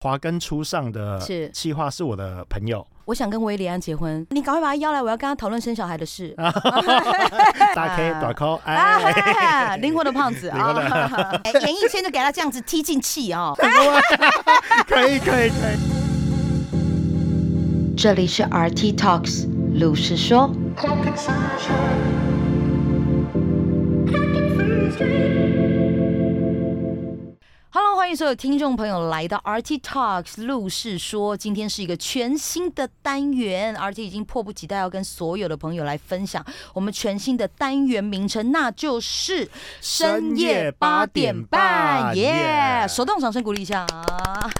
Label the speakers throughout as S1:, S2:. S1: 华根初上的
S2: 是
S1: 企划是我的朋 友，
S2: 我想跟维里安结婚，哎你赶快把他邀来，我要跟他讨论生小孩的 事。
S1: 大 K 短 K，
S2: 啊
S1: 哎，
S2: 哈，灵活的胖子
S1: 灵活的
S2: 啊！哎 演艺圈就给他这样子踢进气哦。
S1: 可以可以可以。
S3: 这里是 RT Talks 鲁是说。
S2: Hello，欢迎所有听众朋友来到 RT Talks 路是说，今天是一个全新的单元，RT 已经迫不及待要跟所有的朋友来分享我们全新的单元名称，那就是
S1: 深夜八点半
S2: 耶、
S1: 耶
S2: 手动掌声鼓励一下 啊！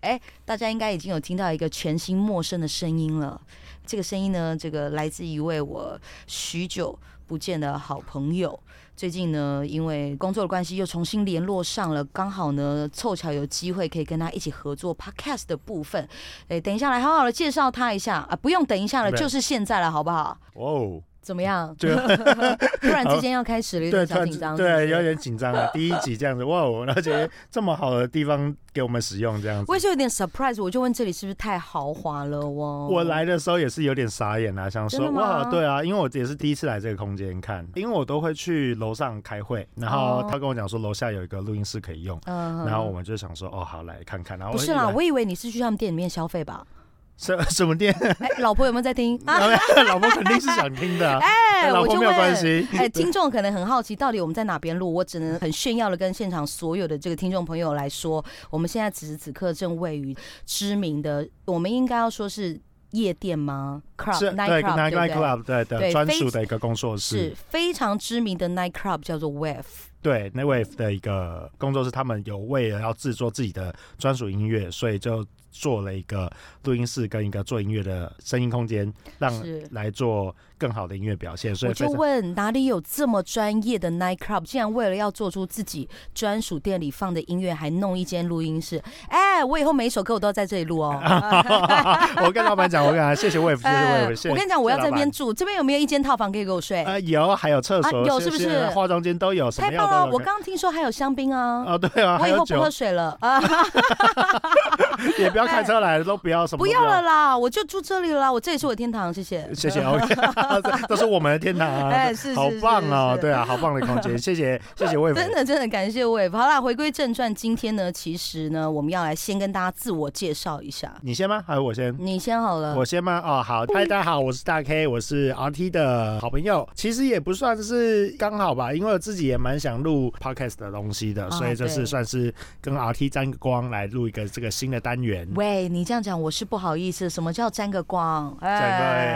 S2: 哎，大家应该已经有听到一个全新陌生的声音了，这个声音呢，这个来自一位我许久不见的好朋友。最近呢，因为工作的关系又重新联络上了，刚好呢凑巧有机会可以跟他一起合作 podcast 的部分。哎，等一下来好好的介绍他一下啊，不用等一下了，
S1: 对
S2: 就是现在了，好不好？
S1: 哇哦，
S2: 怎么样？
S1: 就
S2: 突然之间要开始了，有
S1: 对，
S2: 点
S1: 突
S2: 小
S1: 然
S2: 紧张。是不
S1: 对
S2: 是
S1: 有。点紧张啊，第一集这样子，哇 哦，而且这么好的地方给我们使用这样子
S2: 我也。是有点 surprise，我就问这里是不是太豪华了哦？
S1: 我来的时候也是有点傻眼啊，想
S2: 真
S1: 说
S2: 的吗
S1: 哇，对啊，因为我也是第一次来这个空间看，因为我都会去楼上开会，然后
S2: 哦
S1: 他跟我讲说楼下有一个录音室可以用，
S2: 嗯，嗯
S1: 然后啊我们就想说哦，好来看看，然后
S2: 不是
S1: 一
S2: 啦，
S1: 来
S2: 我以为你是去他们店里面消费吧？
S1: 什 什么店，？
S2: 哎，老婆有没有在听
S1: 老婆肯定是想听的啊，
S2: 哎，
S1: 跟老
S2: 我
S1: 婆
S2: 就
S1: 没有
S2: 问。
S1: 关系，
S2: 哎，听众可能很好奇，到底我们在哪边录？我只能很炫耀的跟现场所有的这个听众朋友来说，我们现在此时此刻正位于知名的，我们应该要说是夜店吗？club
S1: 是
S2: night
S1: 对
S2: club 对
S1: night
S2: 不对？
S1: club 对
S2: 对
S1: 的专
S2: 非
S1: 属的一个工作室
S2: 是，非常知名的 night club，叫做 Wave。
S1: 对 n e Wave 的一个工作室，他们有为了要制作自己的专属音乐，所以就做了一个录音室跟一个做音乐的声音空间，让
S2: 是
S1: 来做更好的音乐表现。所
S2: 我
S1: 以非
S2: 就
S1: 常
S2: 问哪里有这么专业的 night club，竟然为了要做出自己专属店里放的音乐，还弄一间录音室？哎，我以后每一首歌我都要在这里 录哦。
S1: 我跟老板讲，我跟他谢谢 Wave，谢谢
S2: 哎
S1: Wave，谢谢。
S2: 我跟你讲，我要
S1: 谢谢
S2: 在这
S1: 老
S2: 边
S1: 板
S2: 住，这边有没有一间套房可以给我睡？
S1: 呃有，还有厕所，
S2: 啊有
S1: 谢
S2: 是不
S1: 谢
S2: 是
S1: 化妆间都有，什
S2: 太
S1: 么
S2: 棒
S1: 样
S2: 了！
S1: 都有。
S2: 啊我刚刚听说还有香槟啊，
S1: 哦，对啊，
S2: 我
S1: 还
S2: 以
S1: 有
S2: 后不
S1: 酒
S2: 喝，水了啊，
S1: 也不要开车来，都不要什么，
S2: 不要了。啦，我就住这里了，我这里是我的天堂，谢谢。
S1: 谢谢 OK，这这是我们的天堂啊，
S2: 哎是是
S1: 好棒
S2: 是
S1: 哦，
S2: 是
S1: 对啊，好棒的空 间，谢谢谢谢 Wave，
S2: 真的真的感谢 Wave。好啦，回归正传，今天呢，其实呢，我们要来先跟大家自我介绍一下。
S1: 你先吗？还是我先？
S2: 你先好了
S1: 我，先吗？哦，
S2: 嗯
S1: 好，嗨，大家好，我是大 K，我是 RT 的好朋友。其实也不算是刚好吧，因为我自己也蛮想录 podcast 的东西的，
S2: 啊
S1: 所以就
S2: 对
S1: 是算是跟 RT 沾个光来录一个这个新的单元。
S2: 喂，你这样讲我是不好意思。什么叫沾个光？哎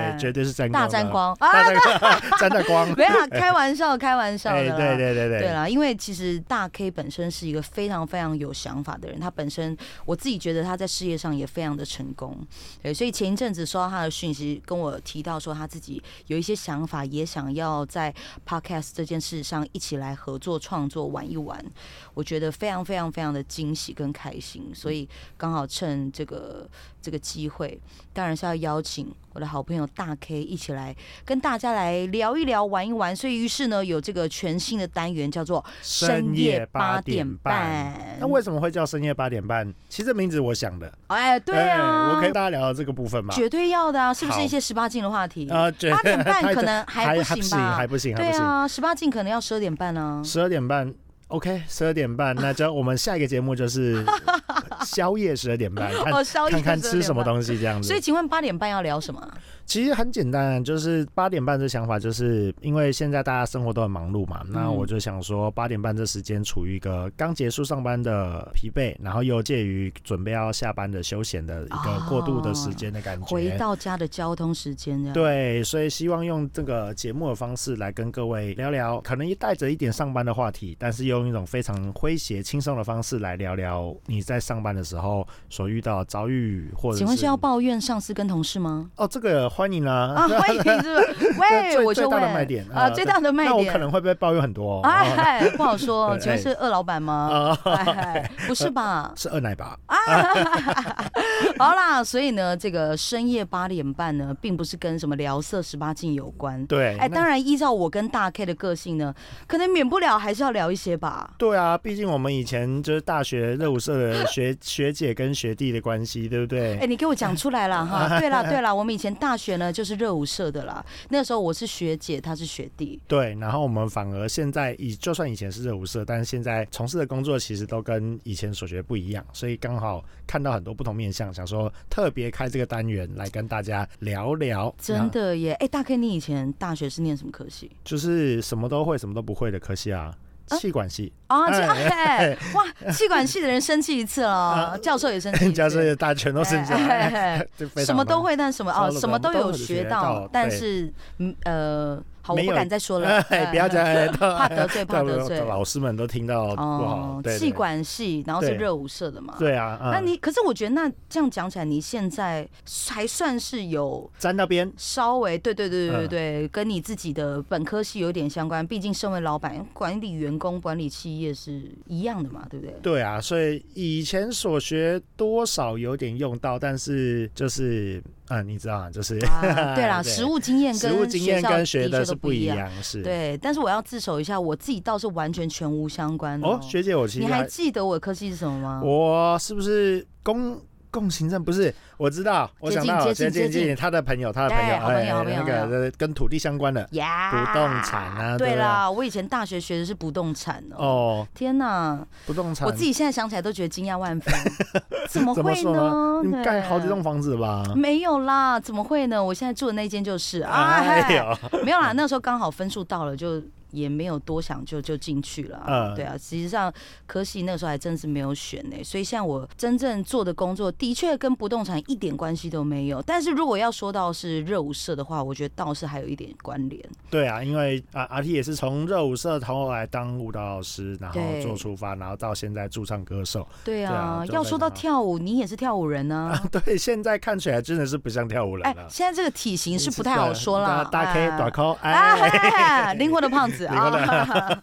S1: 沾光，绝对是沾光
S2: 大
S1: 的，
S2: 沾光啊！
S1: 大沾 光，沾的光。
S2: 没有啦，开玩笑，开玩笑的
S1: 哎，
S2: 啦。
S1: 对对对
S2: 对
S1: 对，
S2: 啦，因为其实大 K 本身是一个非常非常有想法的人，他本身我自己觉得他在事业上也非常的成功，对，所以前一阵子收到他的讯息，跟我提到说他自己有一些想法，也想要在 podcast 这件事上一起来合作创作玩一玩，我觉得非常非常非常的惊喜跟开心，所以刚好趁这个这个机会，当然是要邀请我的好朋友大 K 一起来跟大家来聊一聊、玩一玩，所以于是呢有这个全新的单元叫做。深夜八点半
S1: 那为什么会叫深夜八点半？其实这名字我想的。
S2: 哎，对啊，
S1: 哎我可以大家聊聊这个部分吗？
S2: 绝对要的啊，是不是
S1: 好
S2: 一些十八禁的话题？
S1: 呃，觉得
S2: 八点 半
S1: 太
S2: 可能还
S1: 还
S2: 不
S1: 还
S2: 行吧
S1: 还不行，还
S2: 对
S1: 不行。
S2: 啊，十八禁可能要十二点半啊。
S1: 十二点半，OK，十二点半，那就我们下一个节目就是 宵夜十二点半，看
S2: 哦，宵夜
S1: 看看吃什么
S2: 西。
S1: 东西这样子
S2: 所以，。请问八点半要聊什么啊？
S1: 其实很简单，就是八点半这想法，就是因为现在大家生活都很忙碌嘛，那
S2: 嗯
S1: 我就想说八点半这时间处于一个刚结束上班的疲惫，然后又介于准备要下班的休闲的一个过渡的时间的感觉。
S2: 哦回到家的交通时间这样。
S1: 对，啊所以希望用这个节目的方式来跟各位聊聊，可能带着一点上班的话题，但是用一种非常诙谐、轻松的方式来聊聊你在上班的时候所遇到的遭遇，或者
S2: 请问是要抱怨上司跟同 事吗？
S1: 哦，这个欢迎啊。
S2: 啊，欢迎是吧？
S1: 这
S2: 喂，
S1: 最
S2: 我就
S1: 最大的
S2: 问
S1: 卖点
S2: 啊，
S1: 呃
S2: 最大的卖
S1: 那我
S2: 点。
S1: 可能会被抱怨很多哦。
S2: 哎，嗨不好说，
S1: 对
S2: 请问是二老板吗？
S1: 啊，
S2: 哎不 是吧？啊
S1: 是二奶吧？
S2: 好啦，所以呢，这个深夜八点半呢，并不是跟什么聊色十八禁有关。
S1: 对，
S2: 哎，
S1: 那
S2: 当然，依照我跟大 K 的个性呢，可能免不了还是要聊一些吧。
S1: 对啊，毕竟我们以前就是大学热舞社的学学姐跟学弟的关系，对不对？
S2: 哎、你给我讲出 来了哈！对啦，对啦，我们以前大学呢就是热舞社的啦。那时候我是学姐，她是学弟。
S1: 对，然后我们反而现在以就算以前是热舞社，但是现在从事的工作其实都跟以前所学不一样，所以刚好看到很多不同面向，想说特别开这个单元来跟大家聊聊，
S2: 真的耶！哎、大 K，你以前大学是念什么科系
S1: 就是什么都会，什么都不会的科系啊，
S2: 啊
S1: 气管系，
S2: 啊？这
S1: 哎
S2: 哎，哇，气管系的人生气一次 了，
S1: 啊
S2: 教授也生气一次，
S1: 教授也大全都是这
S2: 哎
S1: 样，
S2: 哎 哎
S1: 就非常
S2: 什么都
S1: 忙。
S2: 会，但什么哦，
S1: 什么都
S2: 什么都
S1: 都
S2: 有学
S1: 有学
S2: 到
S1: 到，
S2: 但
S1: 对
S2: 是嗯呃，好，我
S1: 没
S2: 不
S1: 有
S2: 敢再说了，
S1: 哎，不要讲，哎都
S2: 怕得罪，怕
S1: 对
S2: 得 罪。哦
S1: 老师们都听到不好，对
S2: 气
S1: 对
S2: 管系，然后是
S1: 对
S2: 热舞社的嘛。。
S1: 对啊，
S2: 那
S1: 嗯
S2: 你可是我觉得，那这样讲起来，你现在还算是有
S1: 沾那边
S2: 稍微对对对对对
S1: 嗯
S2: 对，跟你自己的本科系有点相关。毕竟身为老板，管理员工、管理企业是一样的嘛，对不对？
S1: 对啊，所以以前所学多少有点用到，但是就是嗯，你知道啊，就是、
S2: 啊，对啦，实务经验
S1: 实物
S2: 跟
S1: 经
S2: 学
S1: 验
S2: 校
S1: 跟
S2: 的
S1: 学
S2: 确
S1: 的
S2: 都
S1: 是
S2: 不
S1: 一
S2: 一样。
S1: 样，是
S2: 对，但是我要自首一下，我自己倒是完全全无相关的
S1: 哦，学姐，我其
S2: 嗯你
S1: 实
S2: 还
S1: 还
S2: 记得我的科系是什么吗？
S1: 我是不是公共行政？不是，我知道，我
S2: 接
S1: 想
S2: 近
S1: 到
S2: 接
S1: 接
S2: 近接
S1: 接
S2: 近
S1: 他的朋友，他的朋
S2: 对
S1: 友，
S2: 好朋友好朋
S1: 那
S2: 友好朋
S1: 个呃跟土地相关的
S2: 呀
S1: 不动产啊
S2: 对
S1: 对
S2: 啦，
S1: 啊
S2: 我以前大学学的是不动产哦。
S1: 哦，
S2: 天哪，
S1: 不动产，啊
S2: 我自己现在想起来都觉得惊讶万 分，怎么
S1: 怎么
S2: 会
S1: 说
S2: 呢
S1: 呢？？你
S2: 对
S1: 盖好几栋房子吧？
S2: 没有啦，怎么会呢？我现在住的那间就是啊，
S1: 哎
S2: 哎
S1: 呦，
S2: 没有啦，那时候刚好分数到了，就也没有多想就，就进去了。
S1: 嗯
S2: 对啊，实际上科系那时候还真是没有选呢、所以像我真正做的工作，的确跟不动产一点关系都没有。但是如果要说到是热舞社的话，我觉得倒是还有一点关联。
S1: 对啊，因为啊，阿 T 也是从热舞社头来当舞蹈老师，然后
S2: 对
S1: 做出发，然后到现在驻唱歌手。
S2: 对啊，
S1: 对啊就
S2: 要说到
S1: 在那
S2: 跳舞，你也是跳舞人呢、啊。
S1: 对，现在看起来真的是 不像跳舞人
S2: 哎
S1: 了，。
S2: 现在这个体型是不太好说啦
S1: 大，大 K
S2: 哎
S1: 短扣，哎，
S2: 啊，灵活的胖子
S1: 灵活
S2: 啊！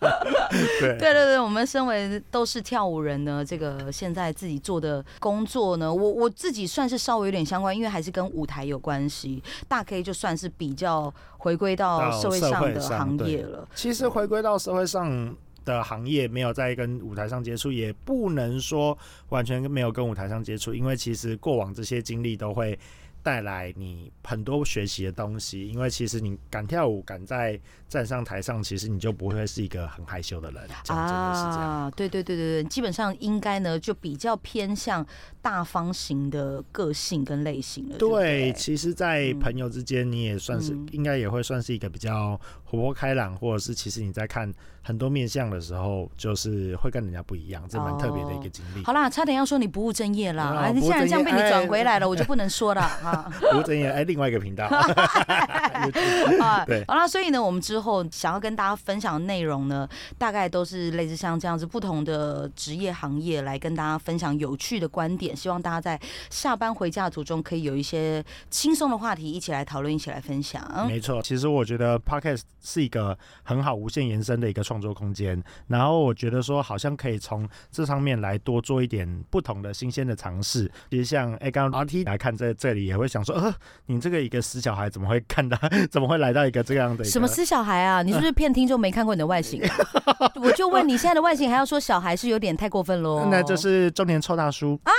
S1: 对
S2: 对对对，我们身为都是跳舞人呢，这个现在自己做的工作呢，我我自己算是稍微有点相关，因为还是跟舞台有关系。大 K 就算是比较回归到
S1: 到
S2: 社会
S1: 社
S2: 上
S1: 会
S2: 的
S1: 上
S2: 行
S1: 对
S2: 业了。
S1: 其实回归到社会上的行业，没有在跟舞台上接触，也不能说完全没有跟舞台上接触，因为其实过往这些经历都会带来你很多学习的东西。因为其实你敢跳舞，敢在站上台上，其实你就不会是一个很害羞的人。讲真的是这样。
S2: 啊，对对对对对，基本上应该呢就比较偏向大方型的个性跟类型了。对不
S1: 对，
S2: 对，
S1: 其实，在朋友之间，你也算是、
S2: 嗯
S1: 应该也会算是一个比较活泼开朗，或者是其实你在看很多面相的时候，就是会跟人家不一样，这蛮特别的一个经历。
S2: 好啦，差点要说你不务正业啦，
S1: 啊
S2: 哎，你
S1: 不务
S2: 既然
S1: 正
S2: 这样被
S1: 业
S2: 你转
S1: 哎
S2: 回来了，我就不能说了啊。
S1: 吴正言，哎，另外一个频道，
S2: 啊，
S1: 对
S2: 好啦，所以呢，我们之后想要跟大家分享的内容呢，大概都是类似像这样子不同的职业行业来跟大家分享有趣的观点，希望大家在下班回家的途中可以有一些轻松的话题一起来讨论，一起来分享。
S1: 没错。其实我觉得 podcast 是一个很好无限延伸的一个创作空间，然后我觉得说好像可以从这上面来多做一点不同的新鲜的尝试。其实像哎，刚刚 RT 来看在这里也会想说，呃，你这个一个死小孩怎么会看到， 怎么会来到一个这样的一个
S2: 什么死小孩啊？你是不是骗听众没看过你的外形、 啊？我就问你现在的外形还要说小孩是有点太过分喽？
S1: 那就是中年臭大叔啊，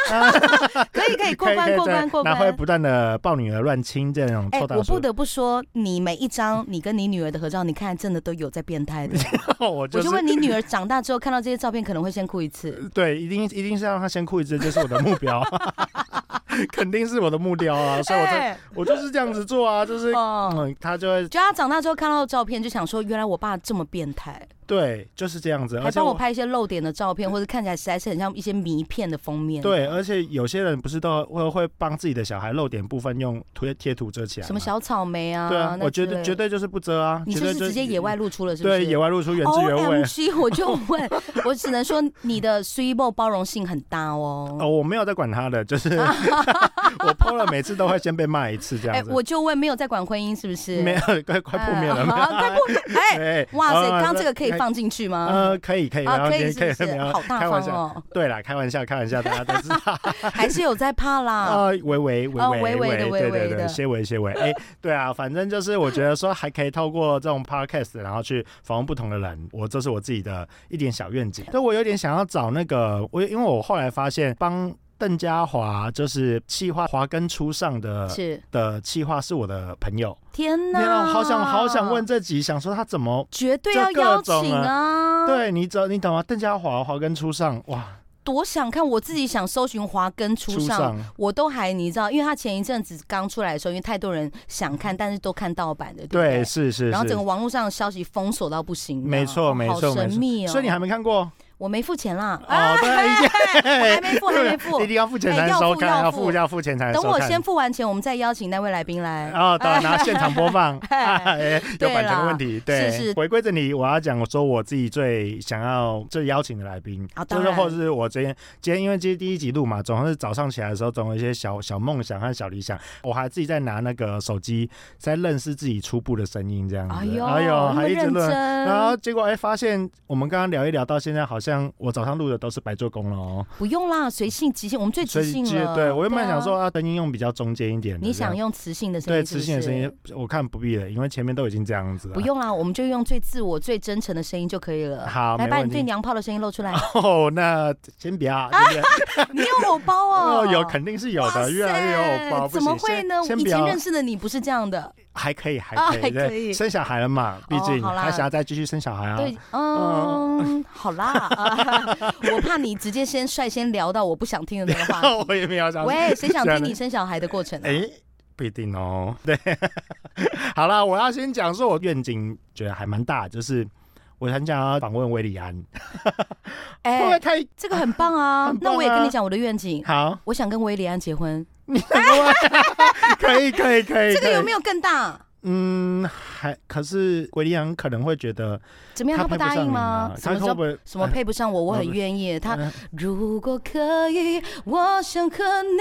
S2: 可以可以过
S1: 可以
S2: 关
S1: 可以
S2: 过关
S1: 对
S2: 过
S1: 然后会
S2: 关。
S1: 不断的抱女儿乱亲这种
S2: 哎、
S1: 臭大叔。
S2: 我不得不说，你每一张你跟你女儿的合照，你看真的都有在变态的。
S1: 我
S2: 我
S1: 就是嗯
S2: 就问你女儿长大之后看到这些照片，可能会先哭一次。
S1: 对，一定一定是让他先哭一次，这就是我的目标， 肯定是我的目标啊！所以我就、
S2: 哎
S1: 我就是这样子做啊，就是。
S2: 哦，
S1: 嗯，他就会
S2: 就她长大之后看到照片，就想说，原来我爸这么变态，
S1: 对，就是这样子，而
S2: 还
S1: 且
S2: 帮我拍一些露点的照片，或者看起来实在是很像一些迷片的封面。，
S1: 对，而且有些人不是都会会帮自己的小孩露点部分用贴贴图遮起来吗，
S2: 什么小草莓啊，
S1: 对啊，
S2: 那
S1: 我绝
S2: 之
S1: 对
S2: 类
S1: 绝，对就是不遮啊，
S2: 你
S1: 绝
S2: 是不
S1: 对
S2: 是
S1: 就
S2: 直接野外露出了？是不是？
S1: 对野外露出原汁原味
S2: O M。G，我 就问，我只能说你的 s u e 包容性很大
S1: 哦，
S2: 哦。
S1: 我没有在管他的，就是 我 PO 了，每次都会先被骂一次这
S2: 哎
S1: 样，子，
S2: 我就问，没有在管婚姻是不是？
S1: 没有，快快破灭了，
S2: 哎
S1: 没有
S2: 啊 快破灭！ 哎，
S1: 对，
S2: 哇塞，
S1: 啊
S2: 刚刚这个可以
S1: 哎
S2: 放进去吗？
S1: 呃，可以可以，然
S2: 嗯啊，
S1: 后
S2: 可以
S1: 可
S2: 是
S1: 以
S2: 不
S1: 没
S2: 是？
S1: 有
S2: 好大
S1: 开玩
S2: 方
S1: 笑。
S2: 哦，
S1: 对啦，开玩笑，开玩笑，大家 都知道
S2: 还是有在怕 啦。
S1: 啊，微微微
S2: 啊微
S1: 微
S2: 微的微
S1: 对
S2: 微
S1: 对
S2: 的
S1: 对，些微些微，哎，对啊，反正就是我觉得说还可以透过这种 podcast，然后去访问不同的人，我这是我自己的一点小愿景。但我有点想要找那个，我因为我后来发现帮。邓家华就是气化华根初上的
S2: 是
S1: 的气化是我的朋友，
S2: 天
S1: 呃天
S2: 哪，
S1: 啊，好想好想问，这集，想说他怎么。
S2: 绝对
S1: 这
S2: 要
S1: 各
S2: 邀
S1: 种
S2: 请
S1: 啊
S2: 啊！，
S1: 对你懂你懂吗？邓家华华根初上，哇，
S2: 多想看，我自己想搜寻华根初
S1: 初
S2: 上。
S1: 上
S2: 我都还你知道，因为他前一阵子刚出来的时候，因为太多人想看，但是都看盗版的，对不
S1: 对，
S2: 对？
S1: 是是
S2: 然后整个
S1: 是，
S2: 网络上的消息封锁到不行，
S1: 没错没错
S2: 好神秘
S1: 没
S2: 哦。
S1: 错，所以你还没看过
S2: 我没付钱啦，啊
S1: 哦？对，已经
S2: 我还没付，还没付
S1: 一。定要付钱才
S2: 哎
S1: 能
S2: 要
S1: 收
S2: 付
S1: 看，
S2: 要
S1: 要
S2: 付
S1: 付要付钱才能收
S2: 等
S1: 看。
S2: 我先付完钱，我们再邀请那位来宾来。
S1: 哦，当然拿现场播 放， 哎有
S2: 对
S1: 版权
S2: 啦
S1: 问题。对，
S2: 是是
S1: 回归这里，我要讲我说我自己最想要最邀请的来宾，
S2: 啊
S1: 就
S2: 当
S1: 是
S2: 然
S1: 或者是我今天今天因为今天第一集录嘛，总是早上起来的时候总有一些小小梦想和小理想，我还自己在拿那个手机在认识自己初步的声音这样子。
S2: 哎呦，
S1: 哎呦，
S2: 那么
S1: 还一直
S2: 认真。
S1: 论。然后结果哎，发现我们刚刚聊一聊到现在，好像我早上录的都是白做工了哦。
S2: 不用啦，随性即兴，我们最
S1: 所
S2: 即
S1: 以
S2: 兴
S1: 其实
S2: 了。
S1: 对我原本
S2: 啊
S1: 想说，啊，声音用比较中间一点的这样。
S2: 你想用磁性的声音
S1: 对
S2: 是
S1: 磁
S2: 不是，
S1: 性的声音，我看不必了，因为前面都已经这样子了。
S2: 不用啦，我们就用最自我、最真诚的声音就可以了。
S1: 好
S2: 来
S1: 没
S2: 把
S1: 问
S2: 你最
S1: 题
S2: 娘炮的声音露 出来。
S1: 哦，那先不要，先不要
S2: 你有偶包啊哦？
S1: 哦，有肯定是有
S2: 哇
S1: 的，
S2: 塞
S1: 越来越有包，不
S2: 怎么
S1: 行
S2: 会呢？
S1: 先先
S2: 以
S1: 不
S2: 前
S1: 要
S2: 认，识的你不是这样的，
S1: 还可以，还
S2: 啊
S1: 可以，
S2: 还
S1: 对
S2: 可以
S1: 生小孩了嘛，毕
S2: 哦
S1: 竟
S2: 好啦
S1: 还想要再继续生小孩啊。
S2: 对，嗯，好啦， 啊我怕你直接先率先聊到我不想听的那 个话题。
S1: 哦我也没有想。
S2: 喂，谁 想
S1: 这样
S2: 听
S1: 的
S2: 你生小孩的过程啊？
S1: 哎，不一定哦。对， 好啦，我要先讲说，我愿景觉得还蛮大，就是我很想要访问维里安，会不会
S2: 哎，
S1: 太
S2: 这个很棒啊
S1: 很！
S2: 那
S1: 棒
S2: 我也跟
S1: 啊
S2: 你讲我的愿景，
S1: 好？
S2: 我想跟维里安结婚，
S1: 可以，可以，可以。
S2: 这个
S1: 可以
S2: 有没有更大？
S1: 嗯，还可是维利安可能会觉得
S2: 怎么样？
S1: 他
S2: 他不
S1: 配
S2: 答
S1: 上
S2: 应
S1: 你
S2: 吗
S1: 啊？
S2: 什
S1: 他
S2: 么
S1: 会
S2: 叫
S1: 不会
S2: 什么？配不上我？我很愿意。他
S1: 嗯
S2: 如果可以，我想和你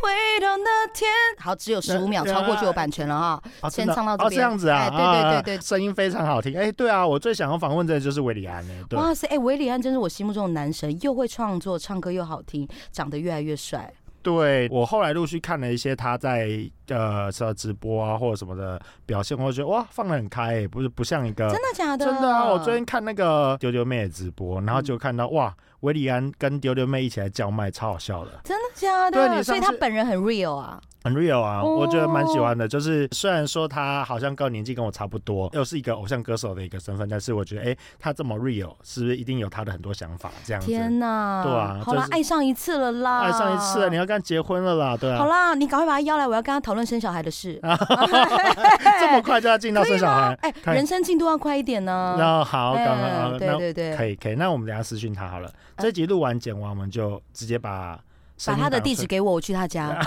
S2: 回到那天。好，只有十五秒，
S1: 对
S2: 超过就有版权了哈。
S1: 啊
S2: 先
S1: 真的
S2: 唱到这
S1: 哦
S2: 边
S1: 这样子啊，
S2: 哎对对
S1: 啊
S2: 对
S1: 啊
S2: 对
S1: 声音非常好听。哎，对啊，我最想要访问的就是维里安呢。对，
S2: 哇塞，哎，维里安真是我心目中的男神，又会创作，唱歌又好听，长得越来越帅。
S1: 对我后来陆续看了一些他在呃什直播啊或者什么的表现，我就觉得哇放的很开，哎不是不像一个
S2: 真的假的？嗯
S1: 真的啊！我最近看那个丢丢妹的直播，然后就看到哇维里安跟丢丢妹一起来叫卖，超好笑的。
S2: 真的假
S1: 对
S2: 的？
S1: 你
S2: 所以
S1: 上
S2: 他
S1: 次
S2: 本人很 real 啊。
S1: 很 real 啊，
S2: 哦
S1: 我觉得蛮喜欢的。就是虽然说他好像跟我年纪跟我差不多，又是一个偶像歌手的一个身份，但是我觉得，哎、他这么 real，是不是一定有他的很多想法？这样子，
S2: 天哪！
S1: 对啊
S2: 好啦
S1: 这，是
S2: 爱上一次了啦。
S1: 爱上一次了，你要跟他结婚了啦，对
S2: 好
S1: 啊，
S2: 啦，你赶快把他邀来，我要跟他讨论生小孩 的事。
S1: 这么快就要进到生小孩，
S2: 哎，
S1: 看
S2: 人生进度要快一点呢。
S1: 那好，刚刚、
S2: 嗯
S1: 好
S2: 对
S1: 那
S2: 对对，哎
S1: 可以可以，那我们等一下私讯他好了。这集录完剪完，我们就直接把声
S2: 把
S1: 音
S2: 他的
S1: 档
S2: 地址给我，我去他家。 啊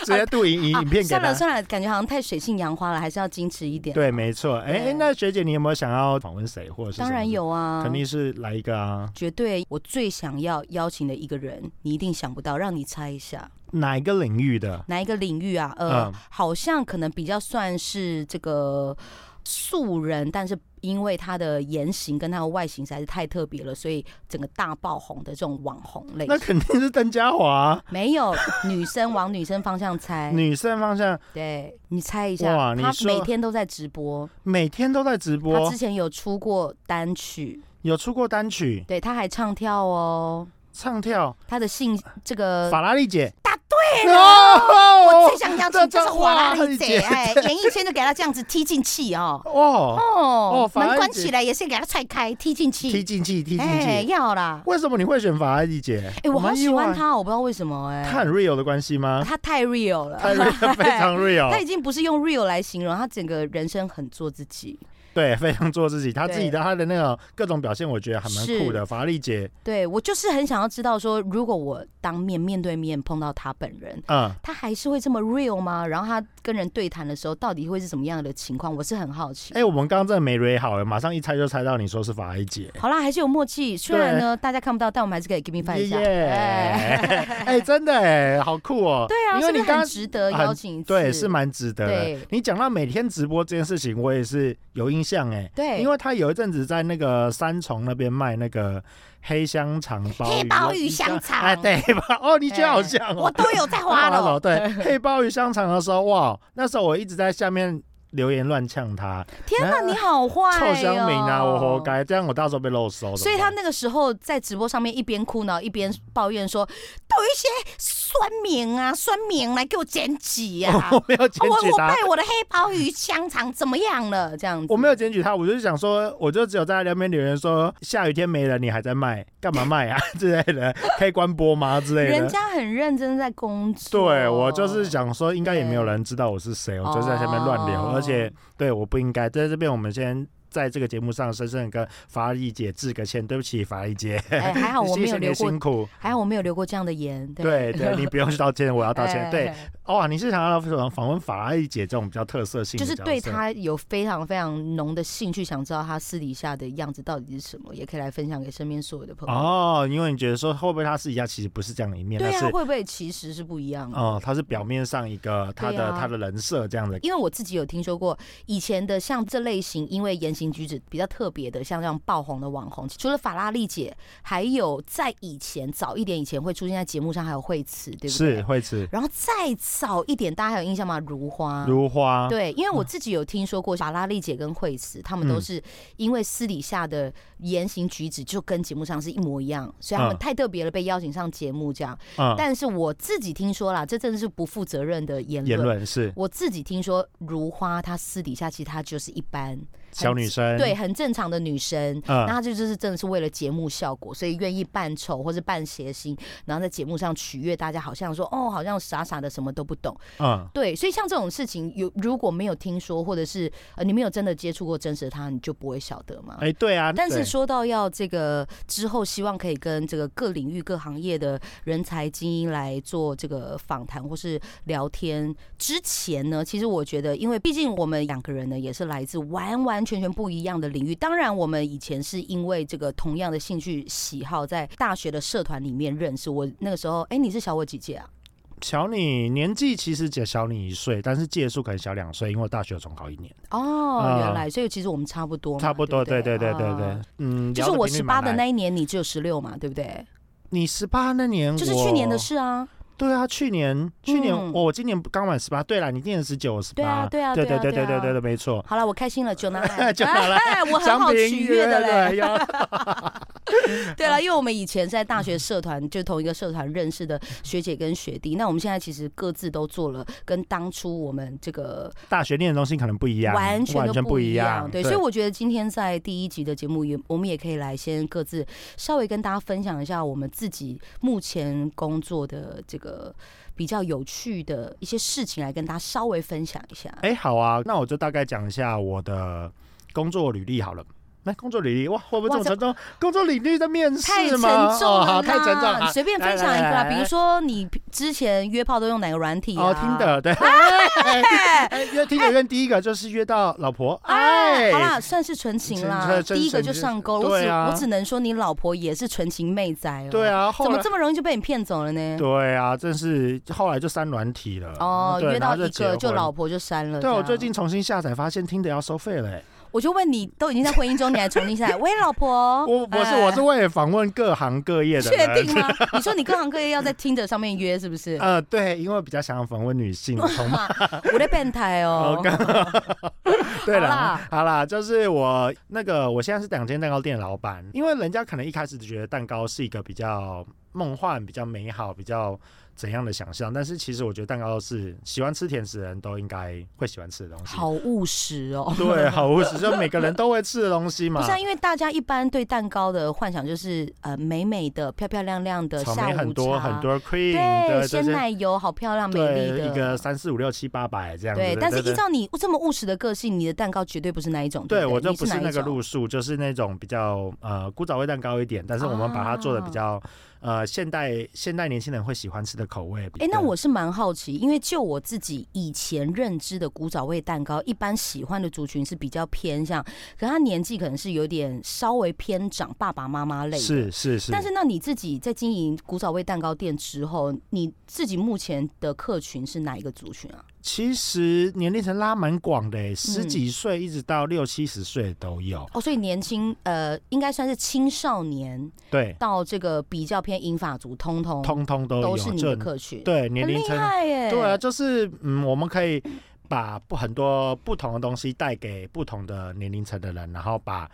S1: 直接录影影影片给
S2: 算
S1: 他
S2: 了。算了，感觉好像太水性杨花了，还是要矜持一点。
S1: 对，没错。哎、
S2: 对
S1: 那学姐，你有没有想要访问谁，或者是
S2: 当
S1: 什么
S2: 然
S1: 的，
S2: 有啊，
S1: 肯定是来一个啊。
S2: 绝对。我最想要邀请的一个人，你一定想不到，让你猜一下
S1: 哪一个领域的？
S2: 哪一个领域啊？呃，
S1: 嗯
S2: 好像可能比较算是这个素人，但是。因为他的言行跟他的外形实在是太特别了，所以整个大爆红的这种网红类
S1: 那
S2: 型，
S1: 肯定是邓家华，啊
S2: 没有女生往女生方向猜，
S1: 女生方向
S2: 对你猜一下，
S1: 哇你
S2: 他
S1: 说
S2: 每天都在直播，
S1: 每天都在直
S2: 他
S1: 播
S2: 之，前有出过单曲，
S1: 有出过单曲、
S2: 对，他还唱跳哦。
S1: 唱跳，
S2: 他的姓这个，
S1: 法拉利姐
S2: 呃
S1: 哦
S2: 答
S1: 对了
S2: 我最想邀请就是华拉丽姐，
S1: 这张
S2: 哎，演艺圈就给他这样子踢进去哦。
S1: 哦，
S2: 哦
S1: 哦，法拉利
S2: 门
S1: 姐
S2: 关起来也是给他踹开，踢进
S1: 踢
S2: 去。
S1: 进去，踢进
S2: 哎，
S1: 去。
S2: 要啦。
S1: 为什么你会选法拉利姐？
S2: 哎，我好
S1: 蛮意
S2: 喜
S1: 外
S2: 欢，他哦，我不知道为什么
S1: 她
S2: 哎，
S1: 很 real 的关系 吗？
S2: 他太 real 了，
S1: 太 real，非常
S2: 他
S1: real，
S2: 已经不是用 real 来形容，他整个人生很做自己。
S1: 对，非常做自己。她
S2: 对
S1: 自己的她的那种各种表现，我觉得还蛮酷的。
S2: 是
S1: 法拉利姐，
S2: 对我就是很想要知道说，如果我当面面对面碰到他本人，
S1: 嗯，
S2: 他还是会这么 real 吗？然后他跟人对谈的时候，到底会是什么样的情况？我是很好奇。
S1: 哎，我们刚刚真的没 re 好，马上一猜就猜到你说是法拉利姐。
S2: 好啦，还是有默契。虽然呢，大家看不到，但我们还是可以 give me five 一下。
S1: 耶
S2: 哎，
S1: 哎，真的哎，好酷哦！
S2: 对啊，
S1: 因为
S2: 是
S1: 你
S2: 不是
S1: 刚
S2: 很
S1: 刚
S2: 值得
S1: 很
S2: 邀请一次？
S1: 对是？蛮值得的
S2: 对。
S1: 你讲到每天直播这件事情，我也是有印象哎，
S2: 对，
S1: 因为他有一阵子在那个三重那边卖那个黑香肠包
S2: 黑鲍鱼香肠
S1: 哎，对 吧？哦，你觉得好像
S2: 哎我
S1: 哦，
S2: 都有在花
S1: 了，
S2: 了。
S1: 对，黑鲍鱼香肠的时候，哇，那时候我一直在下面。留言乱呛 他，
S2: 天哪，
S1: 那
S2: 你好坏、哦，
S1: 嗯臭乡民啊，我活。该，这样我到时候被漏收。。
S2: 所以他那 个时候在直播上面一边哭呢，一边抱怨说，都有一些酸民啊，酸民来给我检举呀、啊
S1: 我没哦有检
S2: 我
S1: 举
S2: 我
S1: 他，
S2: 被我的黑鲍鱼香肠怎么样了？这样子，
S1: 我没有检举他，我就想说，我就只有在那边留言说，下雨天没人，你还在卖，干嘛卖啊 之类的，可以关播吗之类
S2: 人
S1: 的。
S2: 家很认真在工作。
S1: 对，我就是想说，应该也没有人知道我是谁，我就在下面乱留，
S2: 哦
S1: 而且对我不应该在这边，我们先在这个节目上深深地跟法拉利姐致个歉，对不起，法拉利姐，
S2: 哎、还好我
S1: 谢
S2: 没
S1: 谢
S2: 有
S1: 你
S2: 留过
S1: 辛，苦，
S2: 还好我没有留过这样的言。
S1: 对对，你不用去道歉，我要道歉。
S2: 哎
S1: 对，哇，你是想要访问法拉利姐这种比较特色性
S2: 就
S1: 的角
S2: 是
S1: 色，
S2: 对他有非常非常浓的兴趣，想知道他私底下的样子到底是什么，也可以来分享给身边所有的朋友。
S1: 哦，因为你觉得说会不会他私底下其实不是这样的一面，
S2: 对
S1: 但
S2: 啊，
S1: 是
S2: 会不会其实是不一样的？
S1: 哦，他是表面上一个他
S2: 嗯对
S1: 的、
S2: 啊
S1: 他的人设这样的。
S2: 因为我自己有听说过，以前的像这类型，因为言行举止比较特别的，像这样爆红的网红，除了法拉利姐，还有在以前早一点以前会出现在节目上，还有惠慈，对不对？
S1: 是。惠子
S2: 然后再早一点，大家还有印象吗？如花。
S1: 如花，
S2: 对，因为我自己有听说过法拉利姐跟惠慈，他们都
S1: 嗯
S2: 是因为私底下的言行举止就跟节目上是一模一样，所以他们
S1: 嗯
S2: 太特别了，被邀请上节目这样。
S1: 嗯，
S2: 但是我自己听说啦，这真的是不负责任的言
S1: 言
S2: 论。
S1: 论是
S2: 我自己听说，如花她私底下其实她就是一般
S1: 小女生，
S2: 对，很正常的女生。
S1: 嗯
S2: 那她就就是真的是为了节目效果，所以愿意扮丑或是扮谐星，然后在节目上取悦大家，好像说哦，好像傻傻的什么都不懂。
S1: 嗯，
S2: 对，所以像这种事情，有如果没有听说，或者是呃你没有真的接触过真实的他，你就不会晓得嘛。
S1: 哎，对啊，
S2: 但是
S1: 对
S2: 说到要这个之后，希望可以跟这个各领域各行业的人才精英来做这个访谈或是聊天之前呢，其实我觉得，因为毕竟我们两个人呢也是来自完完全全不一样的领域。当然，我们以前是因为这个同样的兴趣喜好，在大学的社团里面认识。我那个时候，哎、你是小我几届啊？
S1: 小你年纪其实只小你一岁，但是届数可能小两岁，因为我大学重考一年，
S2: 哦，
S1: 啊
S2: 原来，所以其实我们差不多嘛，
S1: 差不多，
S2: 哦对
S1: 对
S2: 不
S1: 对对对对
S2: 啊，
S1: 嗯，
S2: 就
S1: 聊
S2: 是
S1: 得
S2: 我
S1: 频率
S2: 十
S1: 蛮
S2: 八的
S1: 来
S2: 那一年，你只有十六嘛，对不对？
S1: 你十八那年，
S2: 就是去年的
S1: 我，
S2: 事啊，
S1: 对啊，去年去年
S2: 嗯
S1: 我今年刚满十八，对啦，你今年十九，我十
S2: 对啊
S1: 八，
S2: 对啊
S1: 对
S2: 对啊
S1: 对
S2: 对
S1: 对对
S2: 啊
S1: 对对，没错，
S2: 好了，我开心了，九拿 来，
S1: 就拿来
S2: 哎，我很好取悦的嘞。
S1: 对 要
S2: 对了，因为我们以前在大学社团，就同一个社团认识的学姐跟学弟，那我们现在其实各自都做了，跟当初我们这个
S1: 大学念的东西可能不一样，
S2: 完全
S1: 完
S2: 都
S1: 全
S2: 不
S1: 不
S2: 一
S1: 样。
S2: 对，所以我觉得今天在第一集的节目也，我们也可以来先各自稍微跟大家分享一下我们自己目前工作的这个比较有趣的一些事情，来跟大家稍微分享一下。
S1: 哎、好啊，那我就大概讲一下我的工作履历好了。那工作履历哇，会不会这
S2: 哇
S1: 么
S2: 这
S1: 沉重？工作履历在面
S2: 太
S1: 试
S2: 沉重
S1: 吗？哦，好，
S2: 了啦，
S1: 太沉重了。
S2: 你随便分享
S1: 来
S2: 一个
S1: 来
S2: 啦，
S1: 来
S2: 比如说你之前约炮都用哪个软体啊？
S1: 哦，听的对。哎约听的约第一个就是约到老婆，
S2: 哎，
S1: 哎，
S2: 好啦，算是纯情啦
S1: 纯。纯
S2: 第一个就上钩了，我只
S1: 对啊
S2: 我只能说你老婆也是纯情妹仔哦。
S1: 对，啊，后
S2: 怎么
S1: 来
S2: 这么容易就被你骗走了呢？
S1: 对啊，真是后来就删软体了。
S2: 哦，
S1: 嗯对
S2: 约
S1: 然
S2: 到
S1: 后
S2: 一
S1: 结
S2: 个就
S1: 婚
S2: 老婆就删了。
S1: 对，啊
S2: 这
S1: 我
S2: 样
S1: 最近重新下载，发现听的要收费了、哎
S2: 我就问你，都已经在婚姻中，你还重新下来？喂，老婆，
S1: 我我是
S2: 哎
S1: 我是为了访问各行各业的人，
S2: 确定吗？你说你各行各业要在听着上面约是不是？
S1: 呃，对，因为比较想要访问女性，同胞。
S2: 我在变 态 哦。
S1: 对
S2: 好
S1: 了
S2: 啦，
S1: 好啦，就是我那个，我现在是两间蛋糕店的老板，因为人家可能一开始觉得蛋糕是一个比较梦幻、比较美好、比较怎样的想象，但是其实我觉得蛋糕是喜欢吃甜食的人都应该会喜欢吃的东西。
S2: 好务实哦。
S1: 对，好务实，就每个人都会吃的东西嘛
S2: 不。是、啊，因为大家一般对蛋糕的幻想就是呃美美的、漂漂亮亮的
S1: 草
S2: 下午
S1: 莓
S2: 茶，
S1: 很多很多 cream，
S2: 对，
S1: 对这
S2: 鲜
S1: 些，
S2: 奶油好漂亮、美丽
S1: 对
S2: 的
S1: 一个三四五六七八百这样子。
S2: 对，但是
S1: 对
S2: 依照你这么务实的个性，你的蛋糕绝对不是那一种。对
S1: 对，
S2: 不对
S1: 我就
S2: 你
S1: 不
S2: 是
S1: 是
S2: 哪一
S1: 那个
S2: 种
S1: 路数，就是那种比较呃古早味蛋糕一点，但是我们把它做
S2: 哦
S1: 的比较、呃现代现代年轻人会喜欢吃的口味。
S2: 哎、那我是蛮好奇，因为就我自己以前认知的古早味蛋糕，一般喜欢的族群是比较偏向，可他年纪可能是有点稍微偏长爸爸妈妈类的。
S1: 是是是，
S2: 但是那你自己在经营古早味蛋糕店之后，你自己目前的客群是哪一个族群啊？
S1: 其实年龄层拉蛮广的、欸十
S2: 嗯
S1: 几岁一直到六七十岁都有。
S2: 哦，所以年轻呃，应该算是青少年
S1: 对，
S2: 到这个比较偏英法族，通通
S1: 通通都有，
S2: 哦都是你
S1: 就
S2: 的客群，，
S1: 对年
S2: 很
S1: 龄
S2: 厉
S1: 层，
S2: 害耶。
S1: 对啊，就是嗯，我们可以。把不很多不同的东西带给不同的年龄层的人，然后把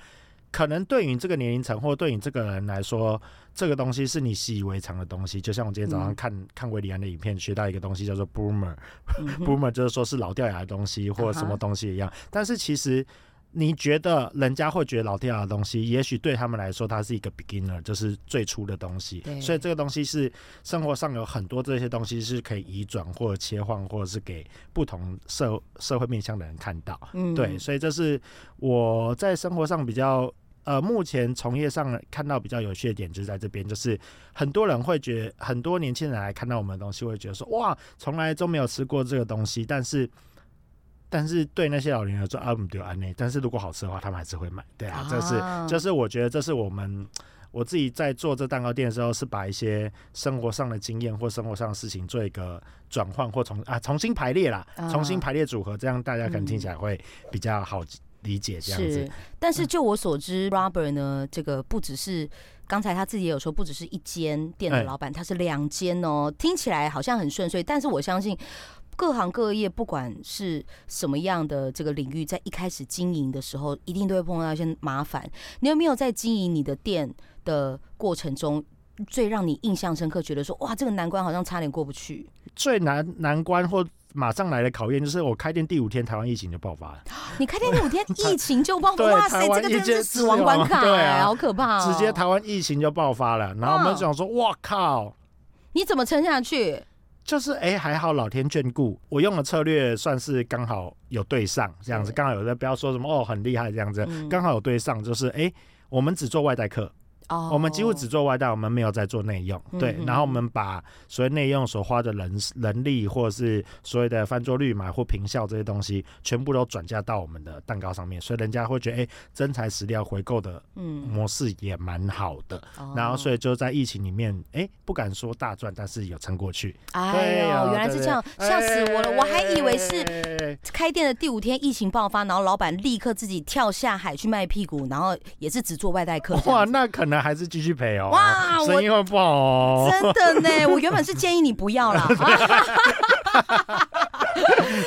S1: 可能对你这个年龄层或对你这个人来说，这个东西是你习以为常的东西。就像我今天早上
S2: 嗯
S1: 看、看维里安的影片，学到一个东西叫做 boomer，
S2: 嗯哼
S1: boomer 就是说是老掉牙的东西或者什么东西一样。但是其实你觉得人家会觉得老掉牙的东西，也许对他们来说它是一个 beginner，就是最初的东西
S2: 对。
S1: 所以这个东西是生活上有很多这些东西是可以移转或者切换，或者是给不同社社会面向的人看到。
S2: 嗯
S1: 对，所以这是我在生活上比较呃，目前从业上看到比较有趣的点，就是在这边，就是很多人会觉得，很多年轻人来看到我们的东西，会觉得说，哇，从来都没有吃过这个东西，但是。但是对那些老年人来说啊，我们丢安内。但是如果好吃的话，他们还是会买。对啊，这是
S2: 啊
S1: 这是我觉得这是我们我自己在做这蛋糕店的时候，是把一些生活上的经验或生活上的事情做一个转换或重啊重新排列啦，
S2: 啊
S1: 重新排列组合，这样大家可能
S2: 嗯
S1: 听起来会比较好理解这样子嗯
S2: 是。，但是就我所知、r o b b e r 呢，这个不只是刚才他自己也有说，不只是一间店的
S1: 哎
S2: 老板，他是两间哦。听起来好像很顺遂，但是我相信。各行各业，不管是什么样的这个领域，在一开始经营的时候，一定都会碰到一些麻烦。你有没有在经营你的店的过程中，最让你印象深刻，觉得说哇，这个难关好像差点过不去？
S1: 最难难关或马上来的考验，就是我开店第五天，台湾疫情就爆发了，
S2: 你开店 五天，疫情就爆发，
S1: 对
S2: 哇塞，
S1: 台湾
S2: 这个真的
S1: 一间
S2: 是死亡关卡、
S1: 死亡对
S2: 哎，
S1: 啊
S2: 好可怕、哦！
S1: 直接台湾疫情就爆发了，然后我们
S2: 嗯
S1: 就想说，哇靠！
S2: 你怎么撑下去？
S1: 就是哎、还好老天眷顾，我用的策略算是刚好有对上，这样子
S2: 对
S1: 刚好有的，不要说什么哦很厉害这样子，
S2: 嗯
S1: 刚、好有对上，就是哎、我们只做外带客，
S2: 哦
S1: 我们几乎只做外带，我们没有在做内用，对
S2: 嗯，嗯
S1: 然后我们把所谓内用所花的人人力或者是所谓的翻桌率嘛或平效这些东西，全部都转嫁到我们的蛋糕上面，所以人家会觉得哎、真材实料回购的
S2: 嗯，
S1: 模式也蛮好的，
S2: 哦
S1: 然后所以就在疫情里面，哎、不敢说大赚，但是有撑过去。
S2: 哎呦，原来是这样，
S1: 对
S2: 吓死我了！我还以为是
S1: 哎
S2: 开店的第五天疫情爆发，然后老板立刻自己跳下海去卖屁股，然后也是只做外带客这
S1: 哇，
S2: 样子。
S1: 那可能还是继续赔哦。
S2: 哇我
S1: 生意会不好哦。
S2: 真的呢，我原本是建议你 不要啦，啊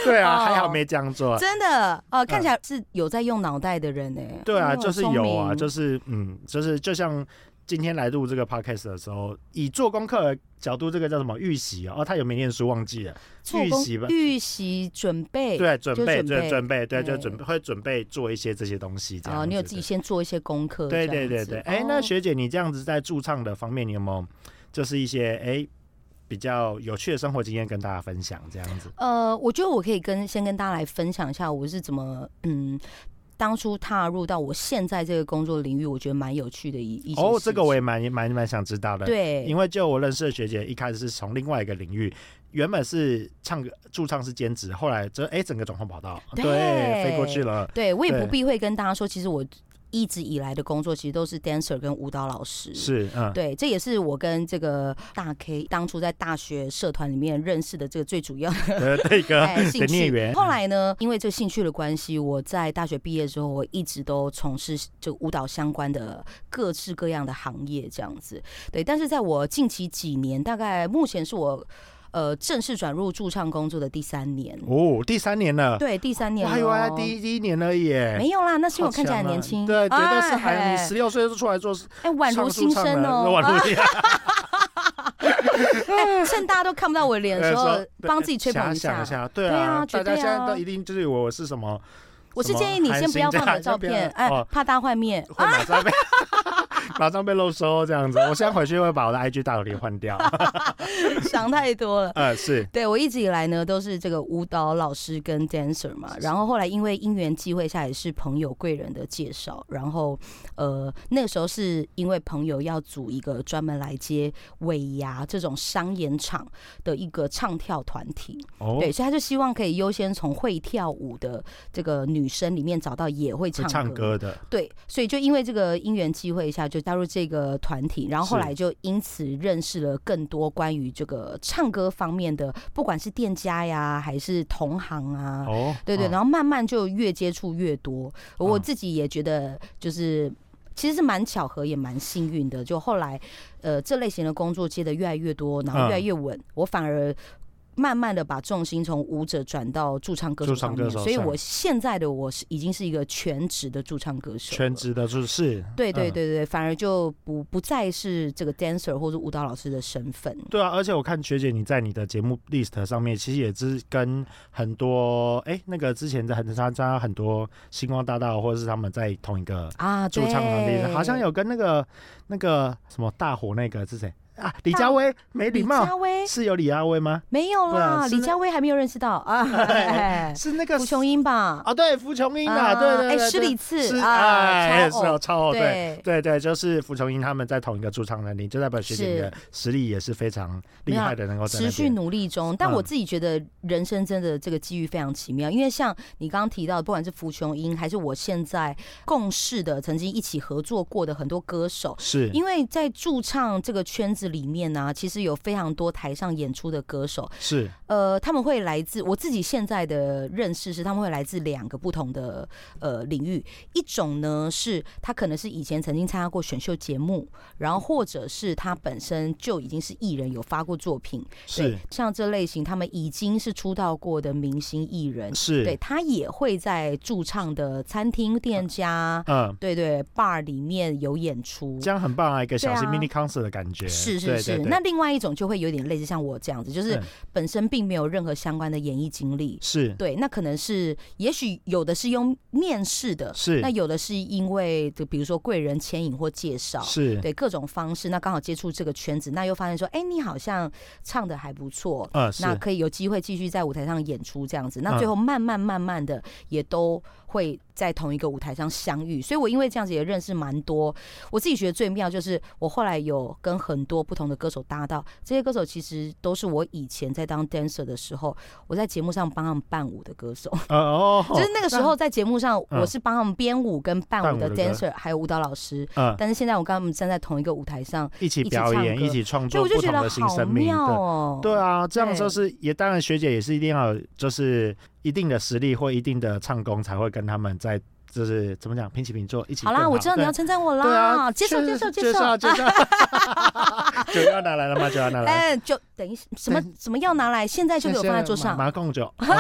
S1: 对
S2: 哦
S1: 啊，还好没这样做。
S2: 真的哦、看起来是有在用脑袋的人呢。
S1: 嗯
S2: 哦
S1: 对啊，就是有啊，就是是嗯，就是就像今天来录这个 podcast 的时候，以做功课的角度，这个叫什么预习哦？哦他有没念书忘记了？预习吧
S2: 预习准备。
S1: 对，准备，
S2: 就准备
S1: 对，准备，对，
S2: 对
S1: 就准备会准备做一些这些东西。这样
S2: 哦，
S1: 子
S2: 你有自己先做一些功课。
S1: 对
S2: 这
S1: 对
S2: 样
S1: 对
S2: 子
S1: 对，哎、
S2: 哦
S1: 那学姐，你这样子在驻唱的方面，你有没有就是一些哎、比较有趣的生活经验跟大家分享？这样子，
S2: 呃，我觉得我可以跟先跟大家来分享一下我是怎么嗯。当初踏入到我现在这个工作领域，我觉得蛮有趣的一一些
S1: 哦，
S2: 事
S1: 这个我
S2: 情
S1: 也蛮蛮蛮想知道的。，
S2: 对
S1: 因为就我认识的学姐，一开始是从另外一个领域，原本是唱歌驻唱是兼职，后来这哎、整个转换跑道，
S2: 对
S1: 对，飞过去了。
S2: 对，我也不
S1: 对
S2: 避讳跟大家说，其实我一直以来的工作其实都是 dancer 跟舞蹈老师。
S1: 是，嗯，
S2: 对，这也是我跟这个大 K 当初在大学社团里面认识的这个最主要
S1: 对，
S2: 的
S1: 这个
S2: 哎，
S1: 的
S2: 兴
S1: 孽
S2: 趣。
S1: 缘，
S2: 后来呢，因为这兴趣的关系，我在大学毕业之后，我一直都从事这个舞蹈相关的各式各样的行业，这样子。对，但是在我近期几年，大概目前是我呃正式转入驻唱工作的第三年，
S1: 哦，第三年了，
S2: 对，第三年
S1: 我
S2: 了哦。
S1: 还以为她第一第一年而已耶。
S2: 没有啦，那是因为我
S1: 好
S2: 看起来
S1: 强
S2: 很
S1: 啊
S2: 年轻，
S1: 对，绝对是还
S2: 哎
S1: 你十六岁就出来做
S2: 哎，宛如
S1: 唱
S2: 新
S1: 驻唱
S2: 生
S1: 了
S2: 哦，
S1: 宛如
S2: 哎趁大家都看不到我脸的时候
S1: 说，
S2: 帮自己吹捧
S1: 遐
S2: 一
S1: 想
S2: 下
S1: 一。下，对
S2: 对啊
S1: 啊，
S2: 绝
S1: 大家
S2: 对
S1: 现在
S2: 啊
S1: 都一定就是以为我是什么，
S2: 我是
S1: 什么
S2: 建议你
S1: 韩
S2: 先不
S1: 星
S2: 要
S1: 这
S2: 放我
S1: 样
S2: 的照
S1: 先不要
S2: 片，哎
S1: 哦，
S2: 怕大家会面。
S1: 会马 上被马上被漏收这样子。我现在回去会把我的 IG 大头贴换掉。
S2: 想太多了。
S1: 呃，是
S2: 对我一直以来呢都是这个舞蹈老师跟 dancer 嘛，然后后来因为因缘际会下也是朋友贵人的介绍，然后呃那个时候是因为朋友要组一个专门来接尾牙这种商演场的一个唱跳团体，
S1: 哦，
S2: 对，所以他就希望可以优先从会跳舞的这个女生里面找到也会
S1: 是
S2: 唱
S1: 唱歌的，
S2: 对，所以就因为这个因缘机会下，就加入这个团体，然后后
S1: 是
S2: 来就因此认识了更多关于这个唱歌方面的，不管是店家呀，还是同行啊，
S1: 哦，
S2: 对对，
S1: 嗯
S2: 然后慢慢就越接触越多，我
S1: 嗯
S2: 自己也觉得就是。其实是蛮巧合，也蛮幸运的。就后来，呃，这类型的工作接的越来越多，然
S1: 嗯
S2: 后越来越稳，我反而慢慢的把重心从舞者转到驻唱歌手
S1: 驻唱
S2: 上
S1: 歌
S2: 面，
S1: 手
S2: 所以
S1: 上
S2: 我现在的我是已经是一个全职的驻唱歌手了，
S1: 全职的就是
S2: 对对
S1: 嗯
S2: 对对，反而就不不再是这个 dancer 或者舞蹈老师的身份。
S1: 对啊，而且我看学姐你在你的节目 list 上面，其实也是跟很多哎、那个之前在很参加很多星光大道，或者是他们在同一个
S2: 啊，
S1: 驻唱团
S2: 对
S1: 体，好像有跟那个那个什么大火那个是谁啊？李佳薇，没礼
S2: 李
S1: 貌
S2: 佳薇
S1: 是有李佳薇吗？
S2: 没有
S1: 不然
S2: 啦，
S1: 啊是
S2: 李
S1: 那
S2: 佳薇还没有认识到 啊，哎
S1: 是那个
S2: 蒲琼英吧？
S1: 啊，对，福琼英啊，对对对，
S2: 哎，
S1: 对
S2: 施礼次
S1: 是
S2: 啊，
S1: 哎，
S2: 超
S1: 是
S2: 偶
S1: 哦，超好对。
S2: 对。
S1: 对对，就是福琼英他们在同一个驻唱团体，就代表学姐你的实力也是非常厉害的，能够在那
S2: 持续
S1: 边
S2: 努力中，但我
S1: 嗯
S2: 自己觉得人生真的这个机遇非常奇妙，因为像你刚刚提到的，不管是福琼英还是我现在共事的、曾经一起合作过的很多歌手，
S1: 是，
S2: 因为在驻唱这个圈子里面呢、其实有非常多台上演出的歌手，
S1: 是
S2: 呃，他们会来自我自己现在的认识是，他们会来自两个不同的呃领域，一种呢是他可能是以前曾经参加过选秀节目，然后或者是他本身就已经是艺人，有发过作品，对
S1: 是，
S2: 像这类型他们已经是出道过的明星艺人，
S1: 是，
S2: 对他也会在驻唱的餐厅、店家，
S1: 嗯，
S2: 对对，bar 里面有演出
S1: 这。样很棒啊，一个小型
S2: 对啊
S1: mini concert 的感觉，
S2: 是
S1: 对
S2: 是
S1: 对
S2: 是，
S1: 对
S2: 那另外一种就会有点类似像我这样子，就是
S1: 嗯
S2: 本身并没有任何相关的演艺经历，
S1: 是
S2: 对，那可能是，也许有的是用面试的，
S1: 是
S2: 那有的是因为就比如说贵人牵引或介绍，
S1: 是，
S2: 对各种方式，那刚好接触这个圈子，那又发现说，哎、你好像唱的还不错。
S1: 呃是
S2: 那可以有机会继续在舞台上演出这样子，
S1: 嗯
S2: 那最后慢慢慢慢的也都会在同一个舞台上相遇，所以我因为这样子也认识蛮多。我自己觉得最妙就是我后来有跟很多不同的歌手搭档，这些歌手其实都是我以前在当 dancer 的时候，我在节目上帮他们伴舞的歌手。
S1: 呃哦，
S2: 就是那个时候在节目上，
S1: 嗯
S2: 我是帮他们编舞跟伴舞的
S1: 伴舞的歌
S2: dancer，还有舞蹈老师。
S1: 呃
S2: 但是现在我跟他们站在同一个舞台上，
S1: 一起
S2: 一起
S1: 表
S2: 唱
S1: 演，
S2: 歌
S1: 一起创
S2: 所
S1: 作
S2: 以我就
S1: 不
S2: 觉
S1: 同
S2: 得
S1: 的新
S2: 好
S1: 生命，
S2: 妙
S1: 对
S2: 哦。
S1: 对啊，这样
S2: 对
S1: 就是也当然学姐也是一定要有就是一定的实力或一定的唱功才会跟他们在就是怎么讲平起平坐一起
S2: 好
S1: 更。
S2: 啦，我知道你要
S1: 对
S2: 称赞我
S1: 对啊，
S2: 啦，接受
S1: 确
S2: 接
S1: 实
S2: 受啊
S1: 介
S2: 接受。
S1: 介 绍，酒要拿来了吗？酒要拿来。
S2: 哎，就等一下什么
S1: 等
S2: 什么药拿来，现在就给我放在桌上。
S1: 麻麻共酒。
S2: 好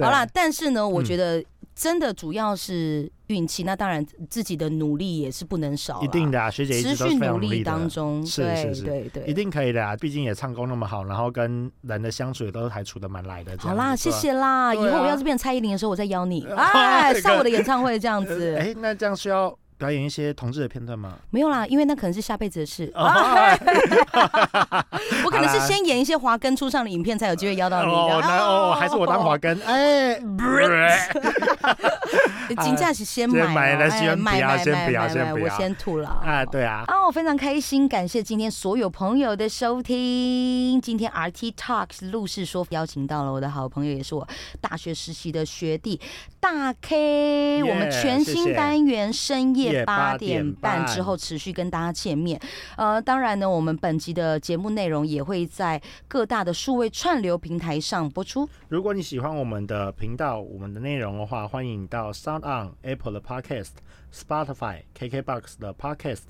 S1: 啦，
S2: 啦，但是呢，我
S1: 嗯
S2: 觉得真的主要是运气，那当然自己的努力也是不能少啦，
S1: 一定的啊，学姐一
S2: 持
S1: 直都
S2: 续
S1: 是非常努
S2: 努
S1: 力的
S2: 力当中，
S1: 是
S2: 对
S1: 是是
S2: 对对
S1: 一。定可以的啊，毕竟也唱功那么好，然后跟人的相处也都还处的蛮来的。这
S2: 好
S1: 样
S2: 啦，
S1: 子
S2: 谢。谢啦！以
S1: 对啊
S2: 后我要是变蔡依林的时候，我再邀 你，
S1: 啊
S2: 哎，
S1: 这个
S2: 上我的演唱会这样
S1: 对吧
S2: 子。
S1: 呃哎，那这样需要表演一些同志的片段吗？
S2: 没有啦，因为那可能是下辈子的事。
S1: 哦哎
S2: 啊、 我可能
S1: 好啦
S2: 是先演一些华根出上的影片，才有机会邀到你。
S1: 哦，那哦，还是我当华根，哎，
S2: 哎金价是先
S1: 先
S2: 买
S1: 买
S2: 啦
S1: 了
S2: 哎
S1: 先不
S2: 买
S1: 要
S2: 买
S1: 先
S2: 买
S1: 不要
S2: 买
S1: 先
S2: 买
S1: 不
S2: 我
S1: 要
S2: 先吐了
S1: 啊，对啊，
S2: 哦，非常开心，感谢今天所有朋友的收听。今天 RT Talks 路是说邀请到了我的好朋友，也是我大学实习的学弟大 K。
S1: Yeah，
S2: 我们全
S1: 谢
S2: 新
S1: 谢
S2: 单元深夜
S1: 夜
S2: 八
S1: 八
S2: 点
S1: 点
S2: 半
S1: 半
S2: 之后持续跟大家见面。呃，当然呢，我们本集的节目内容也会在各大的数位串流平台上播出。
S1: 如果你喜欢我们的频道、我们的内容的话，欢迎到 Sound On、Apple 的 Podcast、Spotify、KKBox 的 Podcast、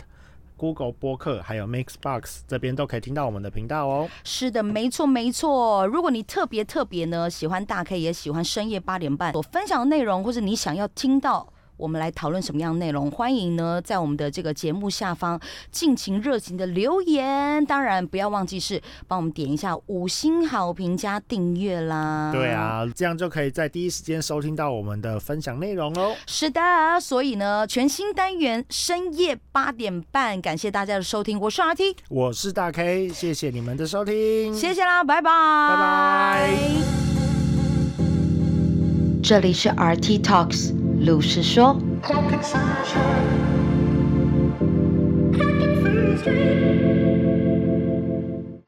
S1: Google 播客还有 Mixbox 这边都可以听到我们的频道哦。
S2: 是的，没错没错。如果你特别特别呢，喜欢大 K，也喜欢深夜八点半所分享的内容，或者你想要听到。我们来讨论什么样的内容？欢迎呢，在我们的这个节目下方尽情热情的留言，当然不要忘记是帮我们点一下五星好评加订阅啦。
S1: 对，啊，这样就可以在第一时间收听到我们的分享内容哦。
S2: 是的，所以呢，全新单元深夜八点半，感谢大家的收听，我是 RT，
S1: 我是大 K，谢谢你们的收听，
S2: 谢谢啦，拜拜，拜
S1: 拜。
S3: 这里是 RT Talks 鲁是说。
S4: Clock sunshine. Clock and sunshine.